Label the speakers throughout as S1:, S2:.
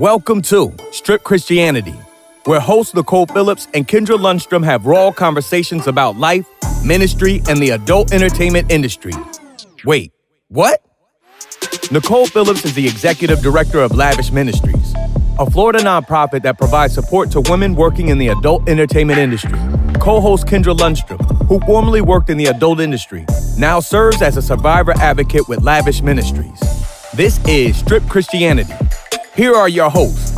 S1: Welcome to Strip Christianity, where hosts Nicole Phillips and Kendra Lundstrom have raw conversations about life, ministry, and the adult entertainment industry. Wait, what? Nicole Phillips is the executive director of Lavish Ministries, a Florida nonprofit that provides support to women working in the adult entertainment industry. Co host Kendra Lundstrom, who formerly worked in the adult industry, now serves as a survivor advocate with Lavish Ministries. This is Strip Christianity. Here are your hosts.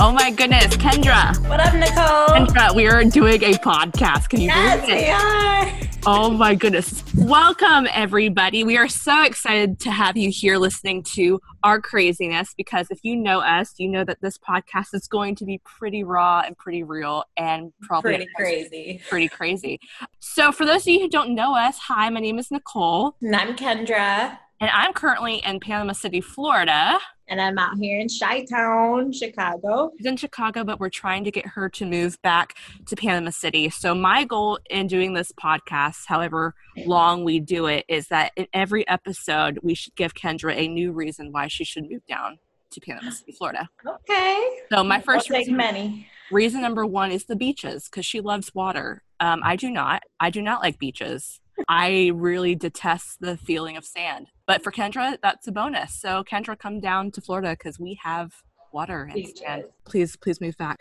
S2: Oh my goodness, Kendra.
S3: What up, Nicole?
S2: Kendra, we are doing a podcast. Can you
S3: Yes,
S2: believe it?
S3: we are.
S2: Oh my goodness. Welcome, everybody. We are so excited to have you here listening to our craziness because if you know us, you know that this podcast is going to be pretty raw and pretty real and probably
S3: Pretty crazy.
S2: pretty crazy. So, for those of you who don't know us, hi, my name is Nicole,
S3: And I'm Kendra,
S2: and I'm currently in Panama City, Florida.
S3: and I'm out here in Chi Town, Chicago.
S2: She's in Chicago, but we're trying to get her to move back to Panama City. So, my goal in doing this podcast, however long we do it, is that in every episode, we should give Kendra a new reason why she should move down to Panama City, Florida.
S3: Okay.
S2: So, my 1st
S3: We'll take
S2: reason,
S3: many.
S2: reason number one is the beaches because she loves water. Um, I do not. I do not like beaches. I really detest the feeling of sand. But for Kendra, that's a bonus. So, Kendra, come down to Florida because we have water and
S3: Beaches.
S2: sand. Please, please move back.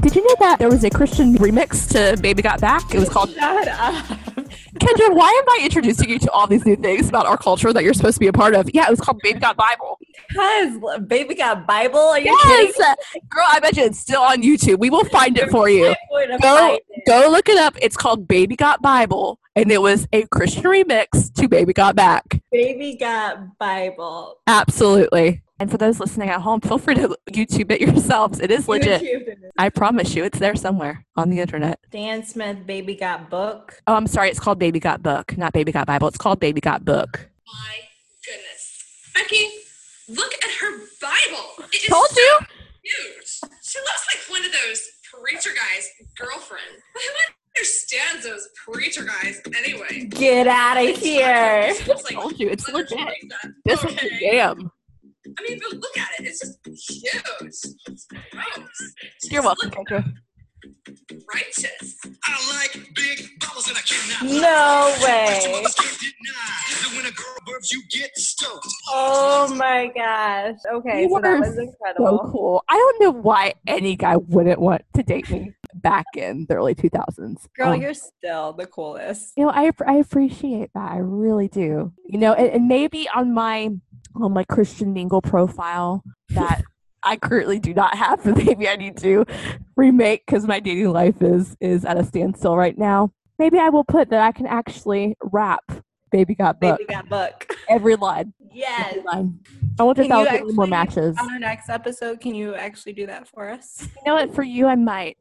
S2: Did you know that there was a Christian remix to Baby Got Back? It was called
S3: Shut up.
S2: Kendra, why am I introducing you to all these new things about our culture that you're supposed to be a part of? Yeah, it was called Baby Got Bible.
S3: Because baby got Bible. Are you kidding?
S2: Yes, girl, I bet you it's still on YouTube. We will find it for you.
S3: Point of
S2: Go,
S3: fight is-
S2: go look it up. It's called Baby Got Bible, and it was a Christian remix to Baby Got Back.
S3: Baby got Bible.
S2: Absolutely. And for those listening at home, feel free to YouTube it yourselves. It is legit.
S3: YouTube and-
S2: I promise you, it's there somewhere on the internet.
S3: Dan Smith, baby got book.
S2: Oh, I'm sorry. It's called Baby Got Book, not Baby Got Bible. It's called Baby Got Book.
S4: My goodness. Becky, look at her Bible. It is
S2: Told you.
S4: huge. She looks like one of those preacher guys' girlfriend. Who understands those preacher guys anyway?
S3: Get out of here.
S4: It's like,
S2: Told you. It's
S4: Mother
S2: legit.
S4: Teresa.
S2: This is a
S4: okay.
S2: jam.
S4: I mean, but look at it. It's just huge. It's gross.
S2: You're welcome, Kendra.
S4: It's righteous.
S5: I like big bubbles and I cannot.
S3: No
S5: Your
S3: way.
S5: mothers can't deny that when a girl burps, you get stoked.
S3: Oh my gosh. Okay,
S2: You
S3: so that
S2: are
S3: was
S2: so
S3: incredible.
S2: cool. I don't know why any guy wouldn't want to date me back in the early 2000s.
S3: Girl,
S2: Um,
S3: you're still the coolest.
S2: you know, I, app- I appreciate that. I really do. You know, and, and maybe on my on my Christian Mingle profile that I currently do not have, but maybe I need to remake because my dating life is is at a standstill right now. Maybe I will put that I can actually rap "Baby Got Book"
S3: Baby got book.
S2: every line.
S3: Yes.
S2: Every line. I wonder if
S3: Can
S2: that
S3: you
S2: will get me more
S3: actually-
S2: matches.
S3: on our next episode, can you actually do that for us?
S2: You know what? For you, I might.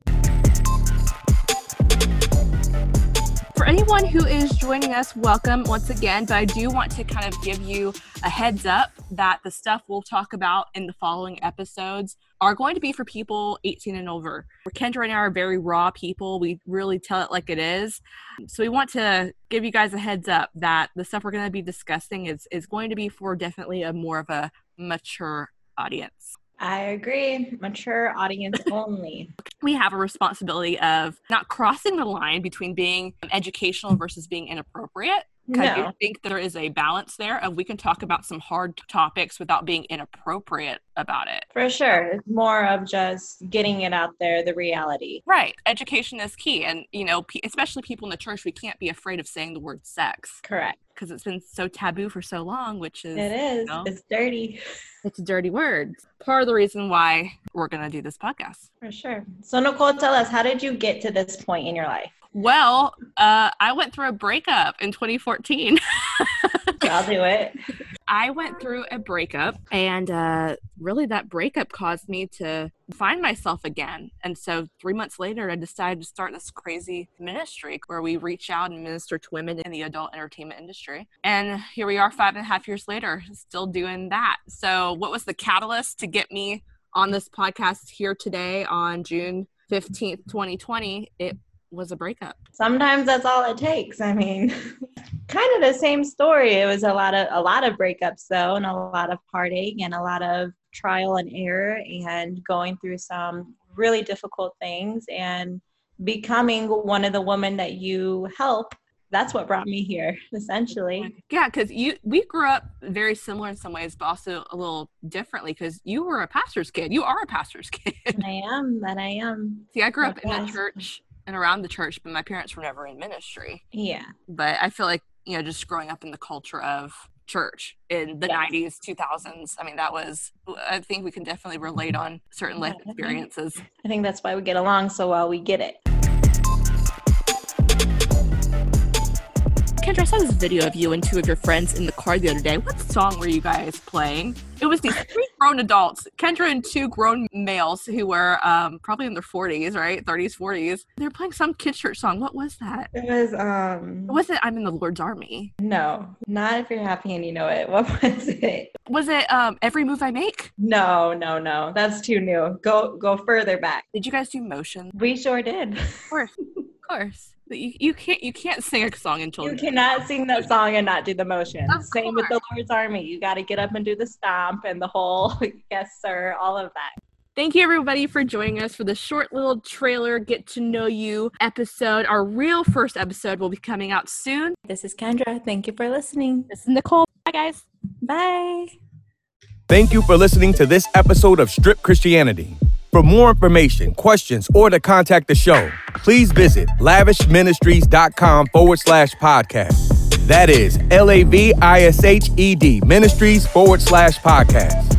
S2: For anyone who is joining us, welcome once again. But I do want to kind of give you a heads up that the stuff we'll talk about in the following episodes are going to be for people 18 and over. Kendra and I are very raw people. We really tell it like it is. So we want to give you guys a heads up that the stuff we're going to be discussing is is going to be for definitely a more of a mature audience.
S3: I agree. Mature audience only.
S2: we have a responsibility of not crossing the line between being educational versus being inappropriate. 'Cause I do
S3: no.
S2: think there is a balance there of we can talk about some hard topics without being inappropriate about it.
S3: For sure. It's more of just getting it out there, the reality.
S2: Right. Education is key. And, you know, pe- especially people in the church, we can't be afraid of saying the word sex
S3: Correct.
S2: because it's been so taboo for so long, which is,
S3: It is.
S2: No.
S3: It's dirty.
S2: it's a dirty word. Part of the reason why we're going to do this podcast.
S3: For sure. So Nicole, tell us, how did you get to this point in your life?
S2: Well, uh, I went through a breakup in 2014.
S3: I'll do it.
S2: I went through a breakup, and uh, really that breakup caused me to find myself again. And so, three months later, I decided to start this crazy ministry where we reach out and minister to women in the adult entertainment industry. And here we are, five and a half years later, still doing that. So, what was the catalyst to get me on this podcast here today on June 15th, 2020? It was a breakup?
S3: sometimes that's all it takes i mean kind of the same story it was a lot of a lot of breakups though and a lot of heartache and a lot of trial and error and going through some really difficult things and becoming one of the women that you help that's what brought me here essentially
S2: Yeah, because you we grew up very similar in some ways, but also a little differently because you were a pastor's kid. You are a pastor's kid.
S3: i am that i am
S2: See, I grew up in the
S3: Yes.
S2: church and around the church, but my parents were never in ministry.
S3: yeah
S2: But I feel like, you know, just growing up in the culture of church in the 90s,
S3: Yes.
S2: 2000s, I mean, that was, I think we can definitely relate on certain life
S3: Yeah, I think-
S2: experiences.
S3: i think that's why we get along so well we get it
S2: Kendra, I saw this video of you and two of your friends in the car the other day. What song were you guys playing? It was these three grown adults, Kendra and two grown males who were um, probably in their 40s, right? 30s, 40s. They were playing some kids' church song. What was that?
S3: it was um
S2: Was it I'm in the Lord's Army?
S3: no not if you're happy and you know it what was it
S2: Was it um, Every Move I Make?
S3: No, no, no. That's too new. Go go further back.
S2: Did you guys do motion?
S3: We sure did.
S2: Of course. Of course. But You, you can't you can't sing a song in
S3: You
S2: children's
S3: cannot sing that song and not do the motion.
S2: Of
S3: Same with the Lord's Army. You got to get up and do the stomp and the whole yes sir, all of that.
S2: Thank you, everybody, for joining us for the short little trailer get to know you episode. Our real first episode will be coming out soon.
S3: This is Kendra. Thank you for listening.
S2: This is Nicole. Bye, guys.
S3: Bye.
S1: Thank you for listening to this episode of Strip Christianity. For more information, questions, or to contact the show, please visit lavishministries.com forward slash podcast. That is L A V I S H E D ministries forward slash podcast.